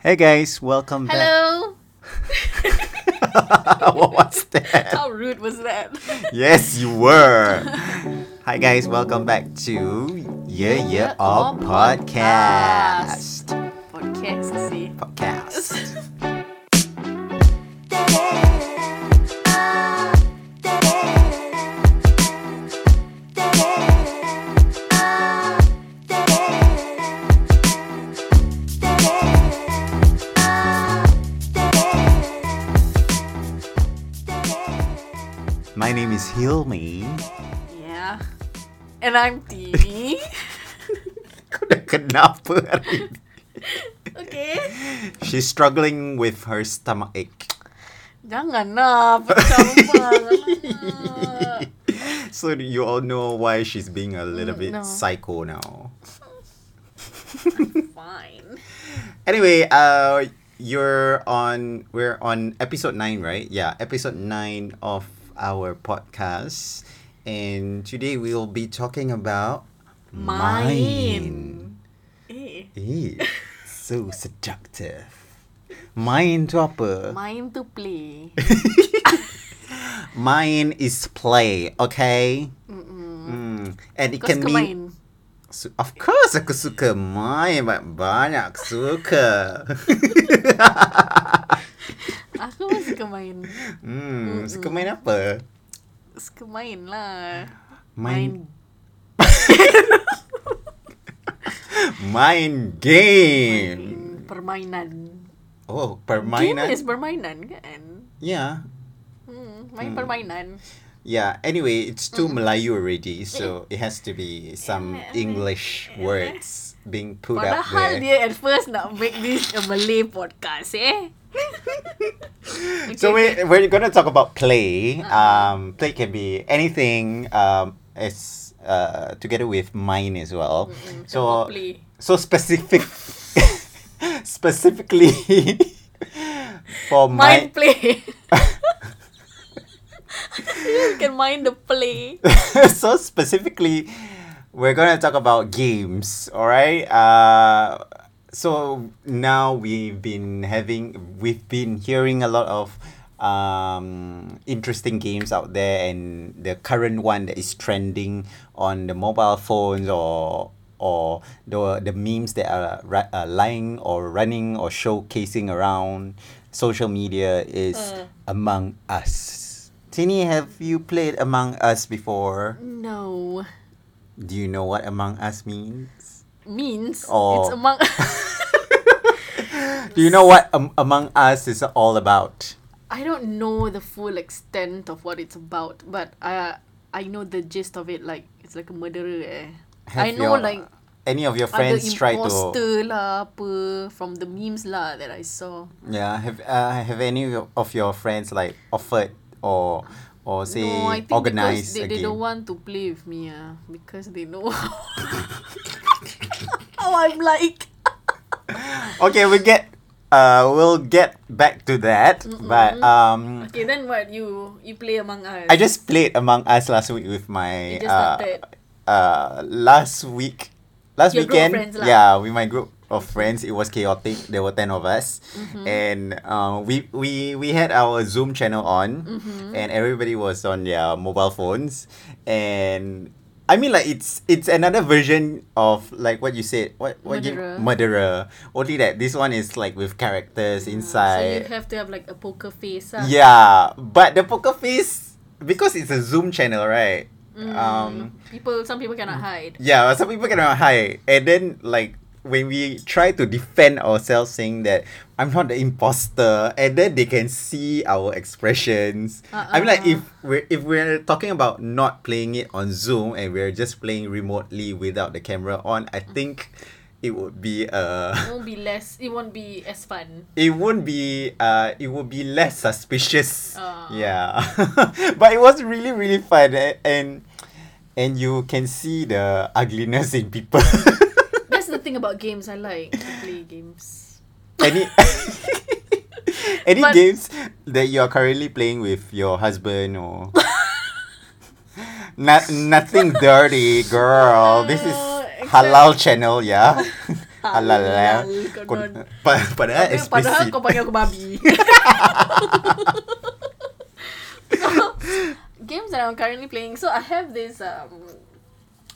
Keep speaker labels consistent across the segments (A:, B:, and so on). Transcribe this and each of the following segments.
A: Hey guys, welcome back.
B: Hello.
A: what was that?
B: How rude was that?
A: Yes, you were. Hi guys, welcome back to Yeah Yeah All Podcast.
B: Podcast sih.
A: Podcast. My name is Hilmi.
B: Yeah. And I'm Dini.
A: Kau dah kenapa hari ni?
B: okay.
A: She's struggling with her stomach ache.
B: Janganlah pecah rumah. Alamak.
A: so you all know why she's being a little
B: Mm,
A: bit
B: no.
A: psycho now.
B: Fine.
A: Anyway, uh, you're on. We're on episode nine, right? Yeah, episode nine of our podcast, and today we'll be talking about
B: Mine. Eh.
A: Eh, so seductive. Mine tu apa?
B: Main to play.
A: Mine is play, okay?
B: Mm-mm.
A: Mm. And it
B: Kau
A: can
B: suka
A: be.
B: main?
A: Su- Of course aku suka main ba- Banyak suka
B: Aku pun suka main.
A: hmm, Suka main apa?
B: Suka main lah.
A: Main Main game
B: Main Permainan.
A: Oh
B: Game
A: permainan Ya.
B: is permainan kan?
A: Yeah
B: Hmm, main permainan.
A: Yeah Ya, anyway it's too
B: Mm.
A: Melayu already So it has to be some English words Being put up
B: Mm-hmm. Padahal
A: there
B: dia at first nak make this a Malay podcast eh.
A: So we, we're gonna talk about play um, Play can be anything um, It's uh, together with mine as well So
B: play.
A: So specific, specifically for
B: Mind
A: my
B: play. you can mind the play.
A: so specifically, we're gonna talk about games. All right. Uh, so now we've been having, we've been hearing a lot of um interesting games out there and the current one that is trending on the mobile phones or or the the memes that are ri- uh, lying or running or showcasing around social media is Among Us. Tini, have you played Among Us before?
B: No.
A: Do you know what Among Us means?
B: Means
A: Oh.
B: it's among
A: Do you know what um, Among Us is all about?
B: I don't know the full extent of what it's about, but I I know the gist of it like it's like a murderer eh. I
A: Have
B: know
A: your-
B: like
A: any of your
B: other
A: friends try to
B: imposter lah apa from the memes lah that I saw.
A: yeah have uh, have any of your friends like offered or or say
B: no, I think
A: organize
B: because
A: a
B: they, they
A: game?
B: don't want to play with me ah because they know how I'm like.
A: okay, we get uh we'll get back to that, but um
B: Okay, then what you you play Among Us?
A: I just played Among Us last week with my
B: You just
A: uh,
B: started.
A: uh last week last
B: Your group of
A: weekend
B: friends lah.
A: yeah with my group of friends it was chaotic there were 10 of us
B: Mm-hmm.
A: and uh, we we we had our zoom channel on
B: Mm-hmm.
A: and everybody was on their mobile phones and I mean like it's it's another version of like what you said what what
B: Murderer.
A: you murderer only that this one is like with characters
B: Ah, so you
A: inside
B: have to have like a poker face ah.
A: yeah but the poker face because it's a zoom channel right um
B: Hmm.
A: mm.
B: People, some people cannot hide.
A: yeah, some people cannot hide. And then like when we try to defend ourselves saying that I'm not the imposter and then they can see our expressions. I mean like if we're if we're talking about not playing it on Zoom and we're just playing remotely without the camera on, I think it would be
B: It
A: uh
B: won't be less. It won't be as fun.
A: it wouldn't be uh it would be less suspicious.
B: Ah.
A: Yeah. but it was really really fun a- and and you can see the ugliness in people.
B: That's the thing about games. I like to play games.
A: any any
B: But-
A: games that you are currently playing with your husband or Not, nothing dirty, girl. This is
B: Uh, except-
A: halal channel, yeah. halal eh.
B: Kau
A: Kau,
B: non-
A: pa, padahal
B: Tapi Padahal
A: explicit.
B: kau panggil aku babi Games that I'm currently playing So I have this um,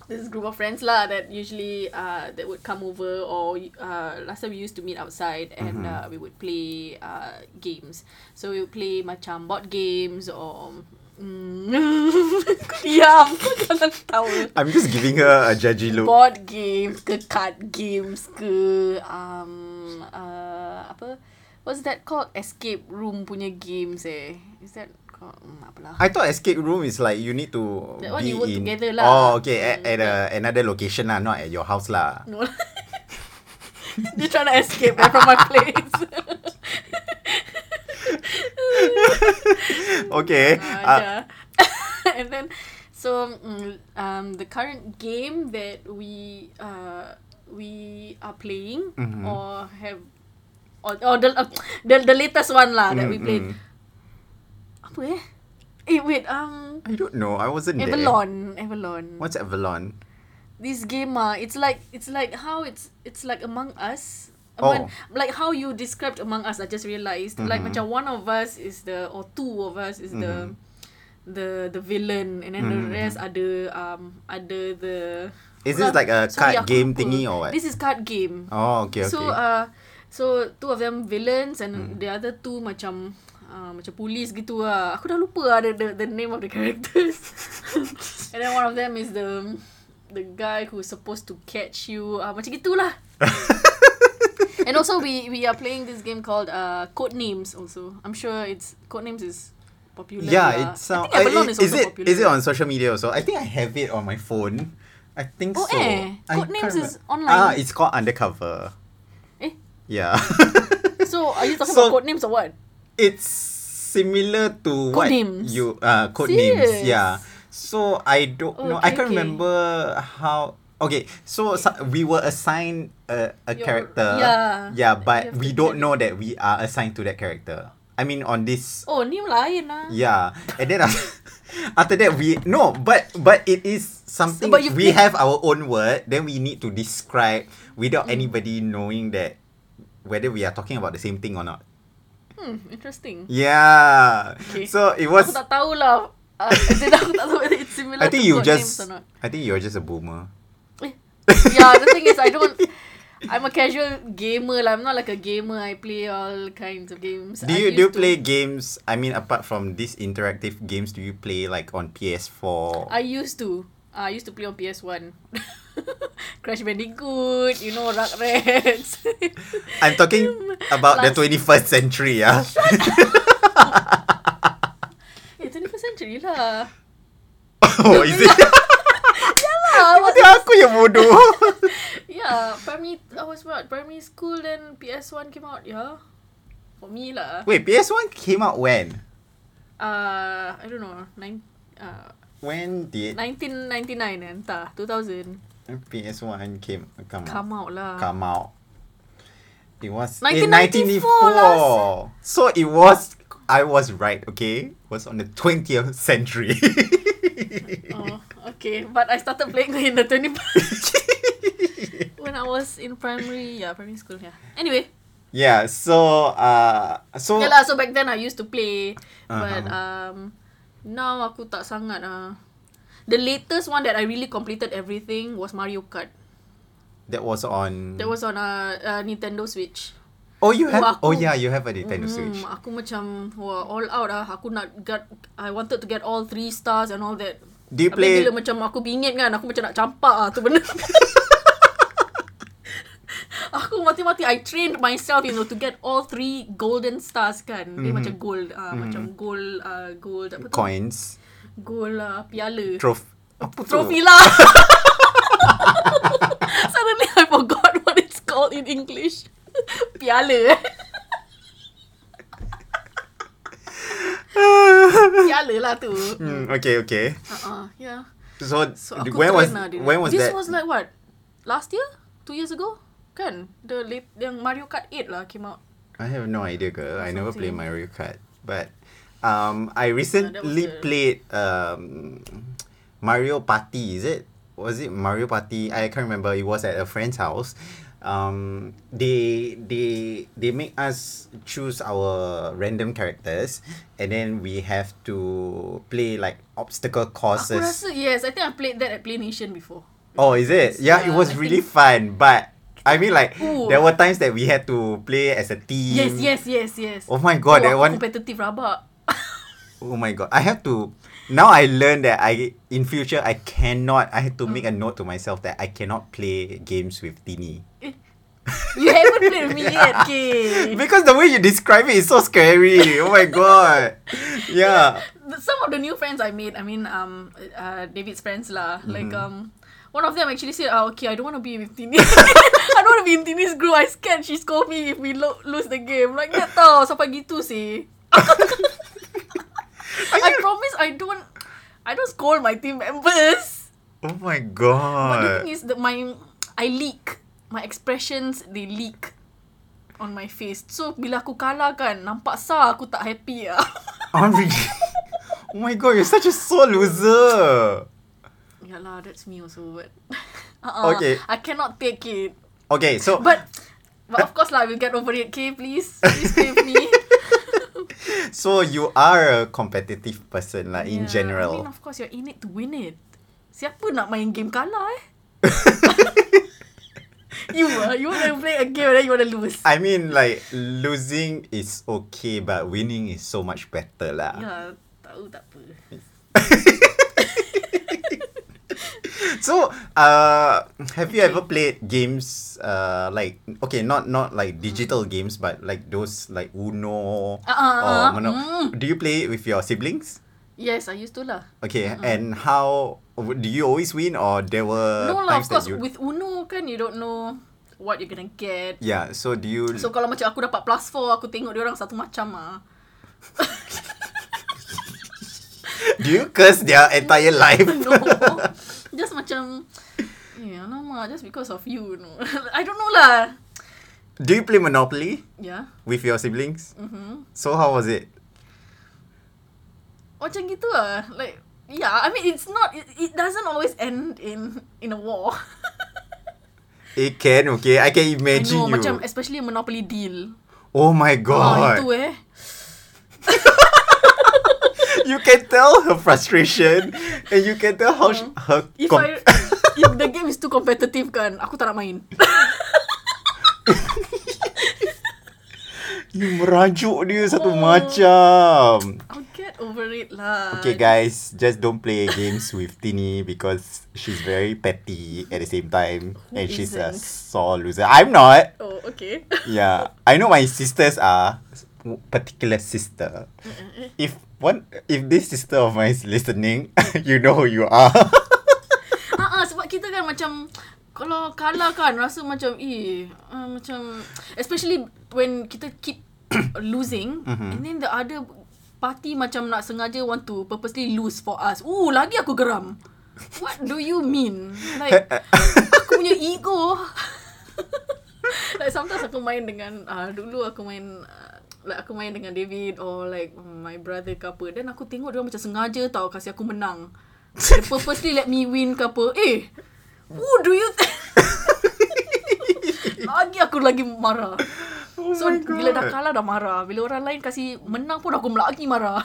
B: This group of friends lah That usually uh, That would come over Or uh, Last time we used to meet outside And uh, we would play uh, Games So we would play macam board games Or mm, Diam Kau jangan tahu
A: I'm just giving her a judgy look.
B: board games ke card games ke um uh, apa what's that called escape room punya games eh is that called hmm, apalah
A: I thought escape room is like you need to
B: That one
A: be
B: you work
A: in.
B: together lah. Mm.
A: Oh, okay. At, at a, another location lah, not at your house lah.
B: no lah. they trying to escape eh, from my place Mm,
A: Okay. Uh,
B: uh, and then so mm, um the current game that we uh we are playing
A: Mhm.
B: or have or, or the, uh, the the latest one lah that we
A: mm,
B: played
A: mm.
B: apa eh eh wait um
A: I don't know. I wasn't there.
B: Avalon Avalon
A: What's Avalon?
B: this game ah it's like it's like how it's it's like Among Us
A: Oh.
B: Among- like how you described Among Us I just realized like
A: Mhm.
B: macam one of us is the or two of us is the
A: Mm-hmm.
B: the the villain and then
A: Mhm,
B: the rest are the um ada the
A: Is this
B: Alah,
A: like a
B: sorry,
A: card
B: aku
A: game
B: lupa.
A: thingy or what?
B: this is card game
A: Oh, okay, okay. Hmm.
B: So uh, so two of them villains and the other two macam uh, macam polis gitu lah. Aku dah lupa lah the, the, the name of the characters. and then one of them is the the guy who's supposed to catch you. Uh, macam gitulah. and also we we are playing this game called uh, Code Names also. I'm sure it's Code Names is popular.
A: yeah,
B: lah.
A: it sounds.
B: I think Avalon is,
A: is
B: also
A: it
B: popular.
A: is it on social media also? I think I have it on my phone. I think
B: Oh,
A: so.
B: eh.
A: I
B: Code
A: can't
B: Names is
A: remember.
B: online.
A: Ah, it's called Undercover.
B: Eh?
A: Yeah.
B: So are you talking
A: So-
B: about Code Names or what?
A: it's similar to what
B: Code names.
A: you uh code names
B: Serious?
A: yeah so i don't know i
B: Okay,
A: can't
B: okay.
A: remember how okay so so- we were assigned a, a
B: Your-
A: character
B: yeah.
A: yeah
B: You
A: but
B: have
A: we
B: to
A: don't
B: get
A: know that we are assigned to that character i mean on this
B: Oh, name lain lah.
A: yeah and then after, after that we no but but it is something
B: But you
A: we
B: pick-
A: have our own word then we need to describe without
B: Mm.
A: anybody knowing that whether we are talking about the same thing or not
B: Hmm, interesting.
A: yeah
B: Okay.
A: so it
B: Aku
A: was
B: tak tahulah. Uh, then aku tak tahu whether it's similar
A: I think
B: to
A: you
B: code
A: just.
B: names or not.
A: I think you're just a boomer.
B: Eh, yeah, the thing is I don't I'm a casual gamer lah. I'm not like a gamer. I play all kinds of games.
A: Do
B: I
A: you
B: used
A: do you
B: to-
A: play games? I mean, apart from these interactive games, do you play like on PS4?
B: I used to. Uh, I used to play on PS1. Crash Bandicoot, you know, Rugrats.
A: I'm talking about the
B: Last-
A: 21st century, yeah.
B: eh, 21st century lah.
A: oh, is it?
B: Ah, what
A: Dia aku yang bodoh.
B: yeah, primary, I was what, primary school then PS1 came out, yeah. For me lah.
A: Wait, PS1 came out when?
B: Uh, I don't know, nine, uh,
A: When did
B: 1999 eh, entah 2000
A: PS1 came come out?
B: come out lah
A: Ah. Come out. It was
B: 1994
A: in 1994. So it was. I was right. Okay, it was on the 20th century.
B: oh okay but I started playing in the 20 when I was in primary yeah primary school yeah anyway
A: Yeah, so uh so
B: yeah lah so back then I used to play but
A: Uh-huh.
B: um now aku tak sangat ah the latest one that I really completed everything was Mario Kart
A: that was on
B: that was on a uh, Nintendo Switch
A: Oh you have
B: Wah,
A: Oh
B: aku-
A: yeah, you have a Nintendo
B: Hmm,
A: Switch.
B: aku macam wah, all out ah aku nak get I wanted to get all three stars and all that
A: Do you
B: Habis
A: play
B: bila macam aku bingit kan Aku macam nak campak lah tu benda Aku mati-mati I trained myself you know To get all three golden stars kan Dia macam gold uh, Macam gold uh, Gold apa tu
A: coins?
B: Gold uh, piala
A: Trophy. Apa tu?
B: Trophy lah Suddenly I forgot what it's called in English Piala eh Piala lah tu
A: Hmm, okay, okay.
B: uh-uh, Yeah
A: So,
B: So aku
A: when was
B: train lah dia.
A: when was
B: This
A: that?
B: was like what? Last year? Two years ago? Kan? The late yang Mario Kart 8 lah came out.
A: I have no idea, girl. I never play
B: Something. Oh,
A: Mario Kart, but um I recently
B: the-
A: played um Mario Party, is it? Was it Mario Party? I can't remember. It was at a friend's house. um they they they make us choose our random characters and then we have to play like obstacle
B: Aku
A: courses
B: rasa yes, I think I played that at Play Nation before.
A: oh is it yeah, it
B: Yeah,
A: was
B: I
A: really fun but i mean like
B: Ooh.
A: there were times that we had to play as a team
B: Yes, yes, yes, yes.
A: oh my god that
B: aku
A: one
B: competitive rabak.
A: Oh my god. I have to now I learned that I in future I cannot I had to make a note to myself that I cannot play games with Tini.
B: You haven't played with me yet, okay.
A: Because the way you describe it is so scary. oh my god. Yeah.
B: The- Some of the new friends I made, I mean, um, uh, David's friends lah.
A: Mm-hmm.
B: Like um, one of them actually said, "Ah, okay, I don't want to be with Tini. I don't want to be in Tini's group. I scared she scold me if we lo- lose the game. Like that tau, sampai gitu sih. I promise I don't, I don't scold my team members.
A: Oh my
B: But the
A: god.
B: thing is that my I leak my expressions they leak on my face. So bila aku kalah kan nampak sah aku tak happy ah.
A: I'm really Oh my god, you're such a sore loser.
B: Yalah, Ya lah, that's me also. But uh-uh,
A: Okay.
B: I cannot take it.
A: Okay, so
B: But but of course lah, we'll get over it. Okay, please, please save me.
A: so you are a competitive person like in
B: Yeah, I mean,
A: general.
B: of course, you're in it to win it. Siapa nak main game kalah eh? you ah, you want to play a game and then you want to lose.
A: I mean like losing is okay but winning is so much better lah.
B: Ya, tahu tak apa.
A: So, uh, have you ever played games, uh, like okay, not not like digital games, but like those like Uno
B: Ah, ah,
A: or
B: ah,
A: Mono- Do you play it with your siblings?
B: Yes, I used to lah.
A: Okay, and how do you always win, or there were
B: No lah,
A: Uh, times
B: of course.
A: that you?
B: With Uno kan, you don't know what you're gonna get.
A: yeah, so do you?
B: So kalau macam aku dapat plus 4, aku tengok dia orang satu macam ah.
A: do you curse their entire life?
B: No. just macam, yeah, lama, just because of you, no. I don't know lah. Ya.
A: do you play Monopoly
B: Yeah.
A: with your siblings?
B: Mm-hmm.
A: So how was it?
B: Macam gitu lah. Like, yeah, I mean, it's not, it, it doesn't always end in in a war.
A: It Eh, can okay. I can
B: I
A: imagine
B: know,
A: you.
B: macam especially Monopoly deal.
A: oh my
B: Ah,
A: god!
B: itu eh.
A: you can tell her frustration, and you can tell how she, her.
B: Uh-huh. If
A: com-
B: I if the game is too competitive kan, aku tak nak main.
A: You merajuk dia satu
B: Oh.
A: macam.
B: I'll get over it lah.
A: Okay guys, just don't play games with Tini because she's very petty at the same time and she's a
B: isn't?
A: sore loser. I'm not.
B: Oh, okay.
A: Yeah, I know my sisters are particular sister.
B: Uh-uh.
A: If one if this sister of mine is listening, you know who you are.
B: Ah, ah, sebab kita kan macam kalau kalah kan rasa macam eh uh, macam especially when kita keep losing mm-hmm. and then the other party macam nak sengaja want to purposely lose for us. Ooh, lagi aku geram. What do you mean? Like aku punya ego. like sometimes aku main dengan uh, dulu aku main uh, like aku main dengan David or like my brother ke apa then aku tengok dia orang macam sengaja tau kasi aku menang. They purposely let me win ke apa. Eh. Who do you think? lagi aku lagi marah.
A: oh
B: So bila dah kalah dah marah. Bila orang lain kasi menang pun aku lagi marah.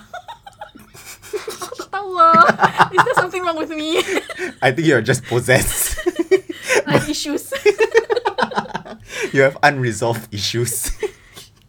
B: aku tak tahu lah. Is there something wrong with me?
A: I think you're just possessed.
B: I have issues.
A: you have unresolved issues.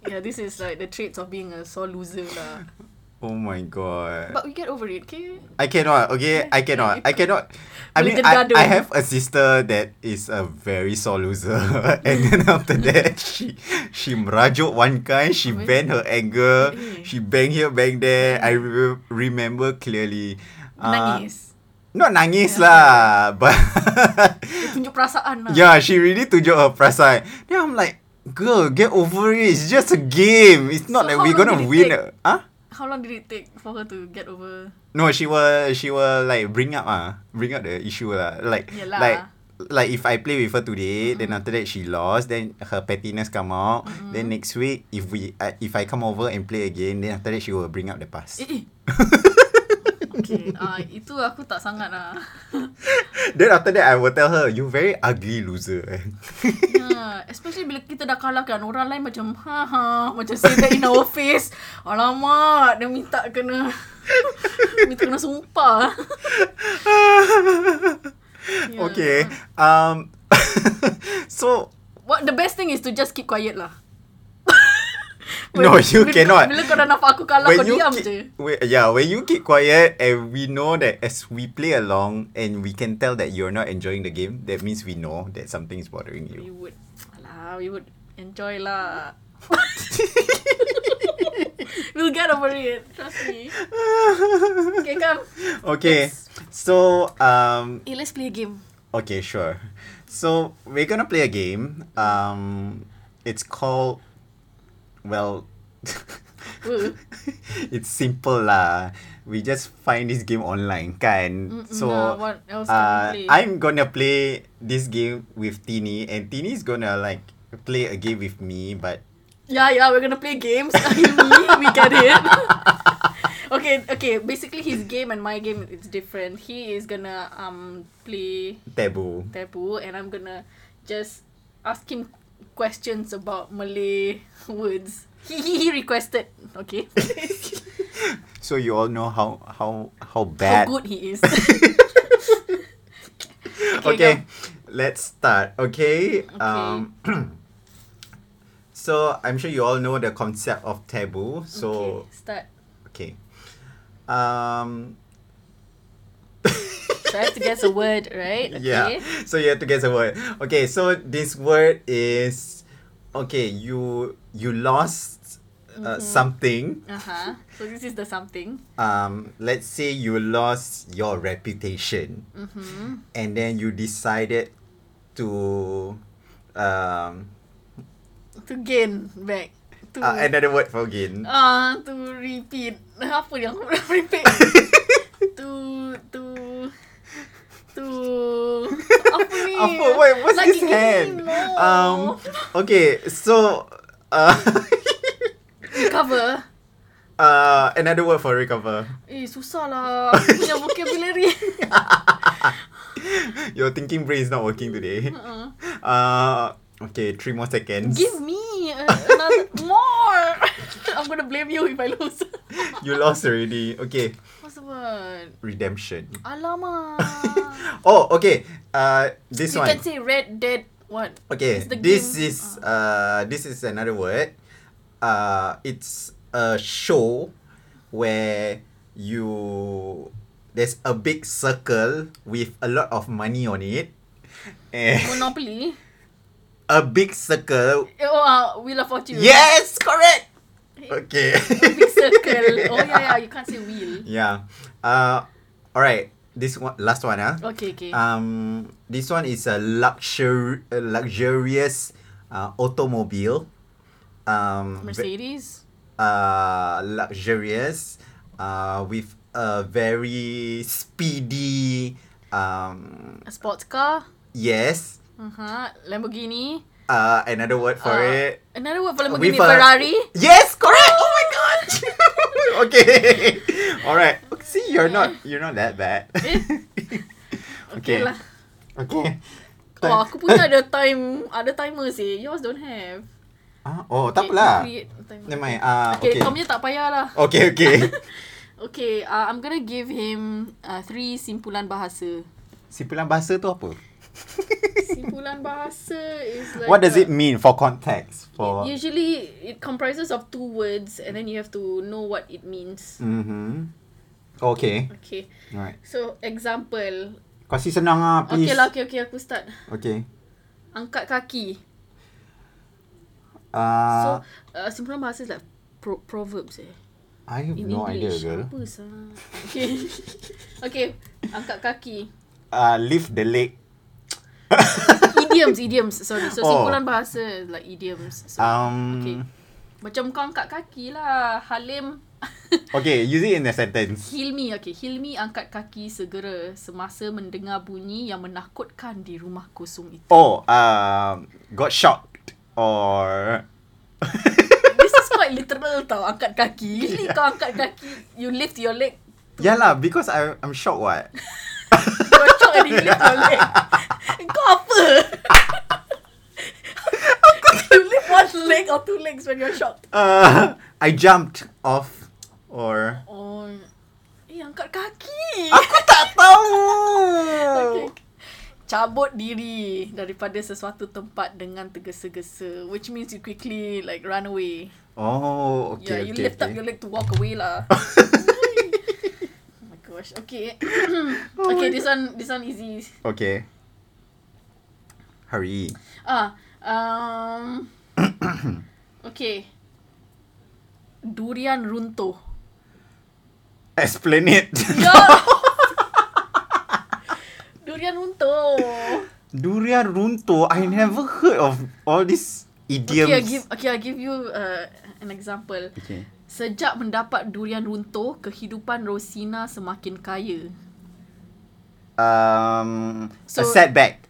B: Yeah, this is like the traits of being a sore loser lah.
A: oh my god.
B: But we get over it, okay?
A: I cannot, okay? I cannot. I cannot. I mean, I,
B: Boleh tergaduh.
A: I have a sister that is a very sore loser. and then after that, she she merajuk one kind. She
B: Habis?
A: vent her anger.
B: Eh.
A: She bang here, bang there. I re- remember clearly. Uh,
B: Nangis.
A: Not nangis lah. But
B: Dia tunjuk perasaan lah.
A: yeah, she really tunjuk her prasai. Then I'm like, girl, get over it. It's just a game. It's not
B: So
A: like
B: how
A: we're
B: long
A: gonna
B: did it
A: win.
B: take?
A: a- Huh?
B: How long did it take for her to get over?
A: No, she will she will like bring up ah, bring up the issue lah. Like
B: Yelah.
A: like like if I play with her today, then after that she lost, then her pettiness come out. Then next week, if we uh, if I come over and play again, then after that she will bring up the past.
B: Eh, eh. okay. Ah, itu aku tak sangat lah.
A: Then after that, I will tell her, you very ugly loser.
B: Yeah, Ha, especially bila kita dah kalahkan orang lain macam ha ha macam say that in our face. Alamak, dia minta kena minta kena sumpah. Ya. Yeah.
A: Okay. Um. so
B: What the best thing is to just keep quiet lah.
A: No, you
B: bila,
A: cannot.
B: Bila kau dah nampak aku kalah
A: when
B: kau
A: you
B: diam
A: keep,
B: je.
A: Wait, yeah, when you keep quiet and we know that as we play along and we can tell that you're not enjoying the game, that means we know that something is bothering
B: We
A: you.
B: would Alah, we would enjoy lah. we'll get over it. Trust me. Okay, come.
A: okay. So um
B: Eh, let's play a game.
A: okay, sure. So we're gonna play a game. Um it's called well
B: Uh.
A: it's simple lah. We just find this game online kan.
B: Mm-mm,
A: so
B: lah, what else can
A: uh,
B: we play?
A: I'm gonna play this game with Tini and Tini's gonna like play a game with me but
B: Yeah, yeah, Ya, we're gonna play games. Me, we get it. okay, okay. Basically, his game and my game it's different. He is gonna um play
A: taboo.
B: taboo, and I'm gonna just ask him questions about Malay words. He he, he requested. Okay,
A: So you all know how how how
B: how
A: bad
B: good he is.
A: okay, let's start. Okay. Um, so I'm sure you all know the concept of taboo. So
B: okay, start.
A: okay. Um,
B: So I have to guess a word, right?
A: yeah.
B: Okay.
A: So you have to guess a word. Okay. So this word is okay. You you lost uh, something.
B: Uh huh. So this is the something.
A: Um, let's say you lost your reputation,
B: Mm-hmm.
A: and then you decided to um
B: To gain back. To
A: uh, another word for gain.
B: Ah, to repeat. Apa yang aku nak repeat? to to to apa ni?
A: Apa? What, Oh, what's
B: Lagi
A: this
B: gini,
A: hand?
B: no.
A: Um. Okay. So. Uh,
B: cover.
A: uh. Another word for recover.
B: Eh, susah lah. Aku punya vocabulary.
A: Your thinking brain is not working today.
B: Uh-uh.
A: Uh. Okay. Three more seconds.
B: Give me a- another more. I'm gonna blame you if I lose.
A: You lost already. Okay.
B: What's the word?
A: Redemption.
B: Alamak.
A: Oh. Okay. Uh. This
B: you
A: one.
B: can say red dead what?
A: Okay,
B: It's the
A: this
B: game. Ah.
A: is uh this is another word. Uh it's a show where you there's a big circle with a lot of money on it. And
B: Monopoly.
A: a big circle.
B: Eh, Oh, uh, Wheel of Fortune.
A: Yes, correct. Okay.
B: Big circle. Oh yeah, yeah. You can't say wheel.
A: Yeah. Uh all right. This one last one, huh?
B: Okay, okay.
A: Um this one is a luxury a luxurious uh, automobile. Um ve-
B: Mercedes.
A: uh, luxurious uh, with a very speedy um,
B: A sports car.
A: yes
B: Uh huh. Lamborghini.
A: uh, another word for
B: Uh,
A: it
B: Another word for
A: With a-
B: Lamborghini. Ferrari.
A: yes correct oh my god
B: oh
A: okay all right see you're not you're not that bad
B: Eh.
A: okay
B: lah.
A: okay
B: Oh, aku punya ada time, ada timer sih. Yours don't have.
A: Ah, oh tak apalah
B: you create a timer.
A: never mind uh,
B: Okay,
A: okay
B: kau punya tak payahlah.
A: okay okay
B: Okay, uh, I'm gonna give him uh, three simpulan bahasa.
A: simpulan bahasa tu apa
B: Simpulan bahasa is like
A: what does
B: a-
A: it mean for context for
B: Usually, it comprises of two words, and then you have to know what it means.
A: mhm okay
B: Okay,
A: alright
B: so example.
A: Kasih senang ah, please.
B: Okay lah, okay, okay, aku start.
A: Okay.
B: Angkat kaki.
A: Uh, Ah.
B: So, uh, simpulan bahasa is like pro- proverbs eh.
A: I have
B: In
A: no
B: English.
A: idea, girl.
B: Apa sah? Okay. okay. Angkat kaki.
A: Uh, lift the leg.
B: Idioms, idioms. Sorry. So,
A: Oh.
B: simpulan bahasa is like idioms. So,
A: Um,
B: okay.
A: okay.
B: Macam kau angkat kaki lah. Halim.
A: use it in a sentence.
B: Hilmi. Okay. Hilmi angkat kaki segera semasa mendengar bunyi yang menakutkan di rumah kosong itu.
A: Oh, um, got shocked or
B: This is quite literal tau. Angkat kaki. Really kau angkat kaki. You lift your leg
A: Yeah lah, because I I'm shocked what.
B: Kocok ada English knowledge Kau apa? you lift one leg or two legs when you're shocked
A: Uh, I jumped off or
B: Oh Eh angkat kaki
A: Aku tak tahu.
B: okay. Cabut diri daripada sesuatu tempat dengan tergesa-gesa Which means you quickly like run away
A: Oh, okay,
B: Yeah, you
A: okay.
B: lift
A: okay.
B: up your leg to walk away lah Oh my gosh, okay
A: Oh
B: Okay, this one this one easy
A: okay. Hurry.
B: Ah, um, okay. Durian runtuh.
A: Explain it.
B: Ya. Durian runtuh.
A: Durian runtuh. I never heard of all these idioms.
B: Okay, I give okay, I give you uh, an example.
A: Okay.
B: Sejak mendapat durian runtuh, kehidupan Rosina semakin kaya.
A: Um,
B: So-
A: a setback.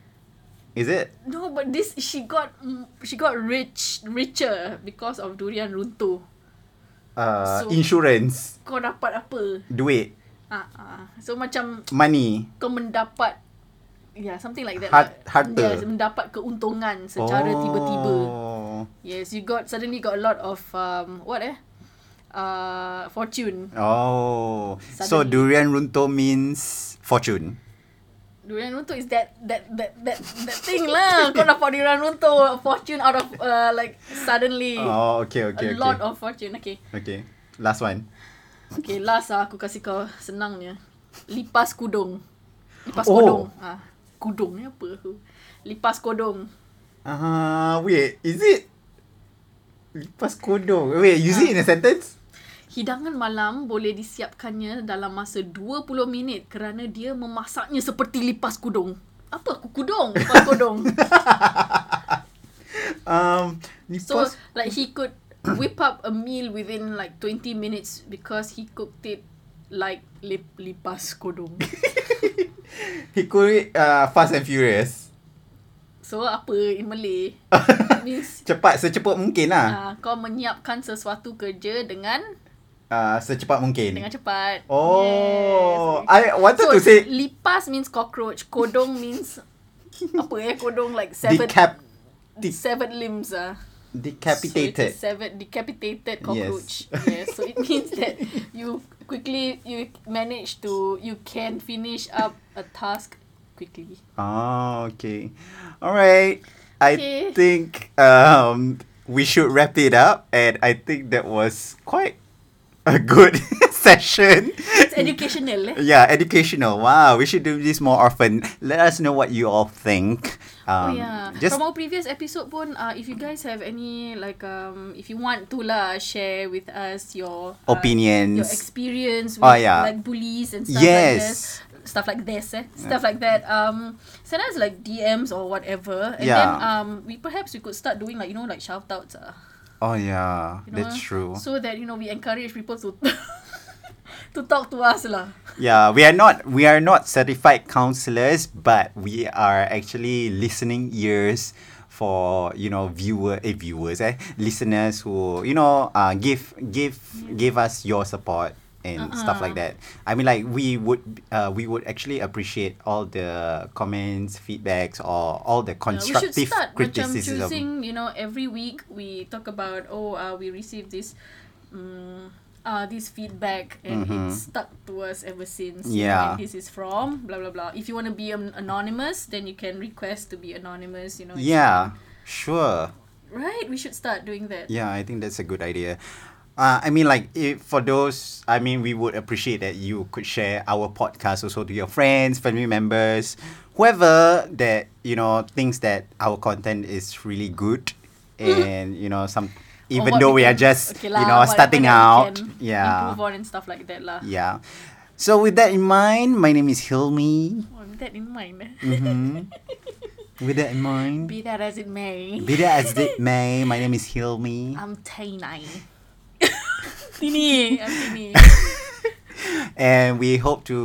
A: Is it?
B: No, but this she got mm, she got rich richer because of durian runtuh.
A: Uh,
B: So-
A: insurance,
B: Kau dapat apa?
A: duit,
B: Ah, ah. So macam
A: money.
B: kau mendapat yeah something like that
A: Har-
B: lah.
A: harta.
B: yes mendapat keuntungan secara
A: oh.
B: tiba-tiba yes you got suddenly got a lot of um what eh uh fortune
A: Oh. So
B: Suddenly.
A: durian runtuh means fortune.
B: durian runtuh is that that that that that thing lah kau dapat durian runtuh fortune out of uh, like suddenly
A: Oh, okay, okay, okay.
B: a lot of fortune okay
A: Okay. Last one.
B: okay last ah aku kasih kau senangnya lipas kudung lipas
A: Oh.
B: kodong ah kudung ni apa lipas kodong
A: Ah, uh, wait. Is it lipas kodok? Wait, use it in a sentence?
B: Hidangan malam boleh disiapkannya dalam masa 20 minit kerana dia memasaknya seperti lipas kudung. Apa aku kudung? Lipas kudung.
A: Um,
B: so
A: lipas
B: like he could whip up a meal within like 20 minutes because he cooked it like lip, lipas kudung.
A: He called it uh, Fast and Furious.
B: So apa in Malay? Means
A: Cepat secepat mungkin lah.
B: uh, kau menyiapkan sesuatu kerja dengan
A: Uh, secepat mungkin.
B: Ah. dengan cepat.
A: Oh,
B: Yes.
A: I wanted to
B: So
A: say
B: lipas means cockroach, kodong means apa eh kodong like seven
A: decap de-
B: severed limbs ah. So
A: decapitated.
B: it's a severed, decapitated cockroach. Yes. So it means that you quickly you manage to you can finish up a task quickly.
A: Oh, okay. All right. I
B: Okay.
A: think um we should wrap it up and I think that was quite a good session.
B: It's educational. Eh?
A: Yeah, educational. Wow, we should do this more often. Let us know what you all think. Um,
B: oh yeah.
A: Just
B: From our previous episode pun, uh, if you guys have any like um if you want to lah share with us your uh,
A: opinions.
B: your experience with
A: Oh, yeah.
B: like bullies and stuff like
A: Yes.
B: this stuff like this eh? stuff like that um send us like dms or whatever and
A: Yeah.
B: then um we perhaps we could start doing like you know like shout outs uh,
A: oh yeah,
B: you know,
A: that's
B: eh,
A: true.
B: so that you know we encourage people to to talk to us lah
A: Yeah, we are not we are not certified counselors, but we are actually listening ears for you know viewer eh, viewers eh listeners who you know uh, give give give us your support and
B: Uh-huh.
A: stuff like that. I mean like we would uh, we would actually appreciate all the comments, feedbacks, or all the
B: Yeah, we should
A: constructive
B: start macam
A: criticism.
B: choosing you know every week we talk about oh uh, we received this um, uh, this feedback and it stuck to us ever since you know,
A: Mm-hmm. Yeah.
B: and this is from blah blah blah if you want to be um, anonymous then you can request to be anonymous you know it's-
A: yeah, sure.
B: right we should start doing that
A: Yeah, I think that's a good idea. Uh, I mean, like, if, for those, I mean, we would appreciate that you could share our podcast also to your friends, family members, whoever that, you know, thinks that our content is really good. And, you know, some, even
B: what
A: though we
B: we
A: are
B: can-
A: just, you
B: okay lah,
A: know,
B: whatever
A: starting
B: that we
A: out.
B: can
A: Yeah.
B: improve on and stuff like that lah
A: Yeah. So, with that in mind, my name is Hilmi.
B: oh, with that in mind eh.
A: Mhm. with that in mind,
B: be that as it may
A: be that as it may, my name is Hilmi.
B: I'm Tainai Tini I'm Tini
A: and we hope to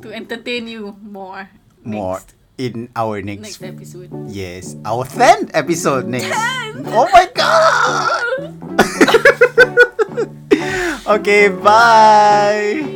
B: to entertain you more
A: more
B: next,
A: in our next,
B: next episode
A: yes our 10th episode next oh my god Okay, bye.